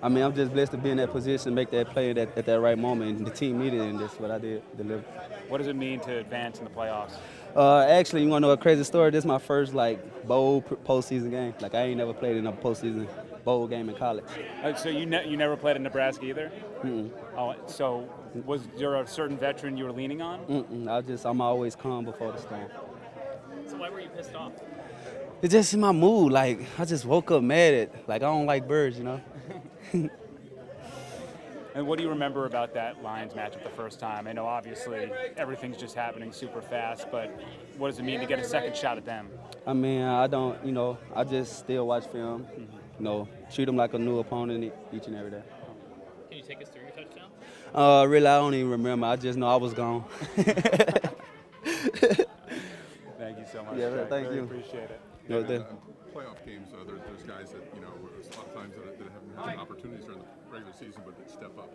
I mean, I'm just blessed to be in that position, make that play at, at that right moment, and the team needed it, and that's what I did deliver. What does it mean to advance in the playoffs? Uh, actually, you want to know a crazy story? This is my first like bowl p- postseason game. Like I ain't never played in a postseason bowl game in college. Uh, so you ne- you never played in Nebraska either. Oh, so was there a certain veteran you were leaning on? Mm-mm, I just I'm always calm before the storm. So why were you pissed off? It's just in my mood. Like I just woke up mad at. Like I don't like birds, you know. And what do you remember about that Lions matchup the first time? I know obviously everything's just happening super fast, but what does it mean to get a second shot at them? I mean, I don't. You know, I just still watch film. You know, treat them like a new opponent e- each and every day. Can you take us through your touchdown? Uh, really, I don't even remember. I just know I was gone. Thank you so much. Yeah, Greg. thank Really you. Appreciate it. No, Yeah, the- uh, Playoff games, uh, there, there's guys that, you know, a lot of times that, that haven't had the opportunities during the regular season, but that step up.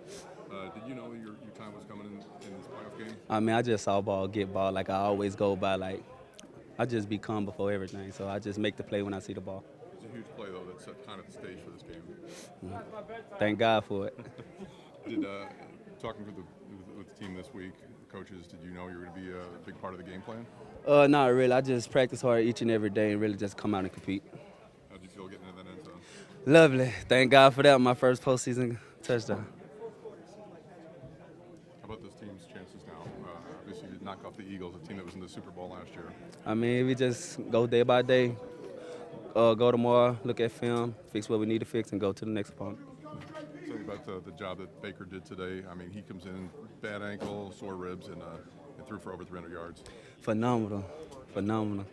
Uh, did you know that your, your time was coming in, in this playoff game? I mean, I just saw ball, get ball. Like I always go by. Like I just be calm before everything. So I just make the play when I see the ball. It's a huge play, though, that set kind of the stage for this game. Thank God for it. Did, uh, talking with the, with, with the team this week, coaches, did you know you were going to be a big part of the game plan? Uh, not really. I just practice hard each and every day and really just come out and compete. How did you feel getting into that end zone? Lovely. Thank God for that. My first postseason touchdown. How about this team's chances now? Uh, obviously, you knock off the Eagles, a team that was in the Super Bowl last year. I mean, we just go day by day, uh, go tomorrow, look at film, fix what we need to fix, and go to the next opponent. Tell me about the, the job that Baker did today. I mean, he comes in, bad ankle, sore ribs, and, uh, and threw for over 300 yards. Phenomenal. Phenomenal.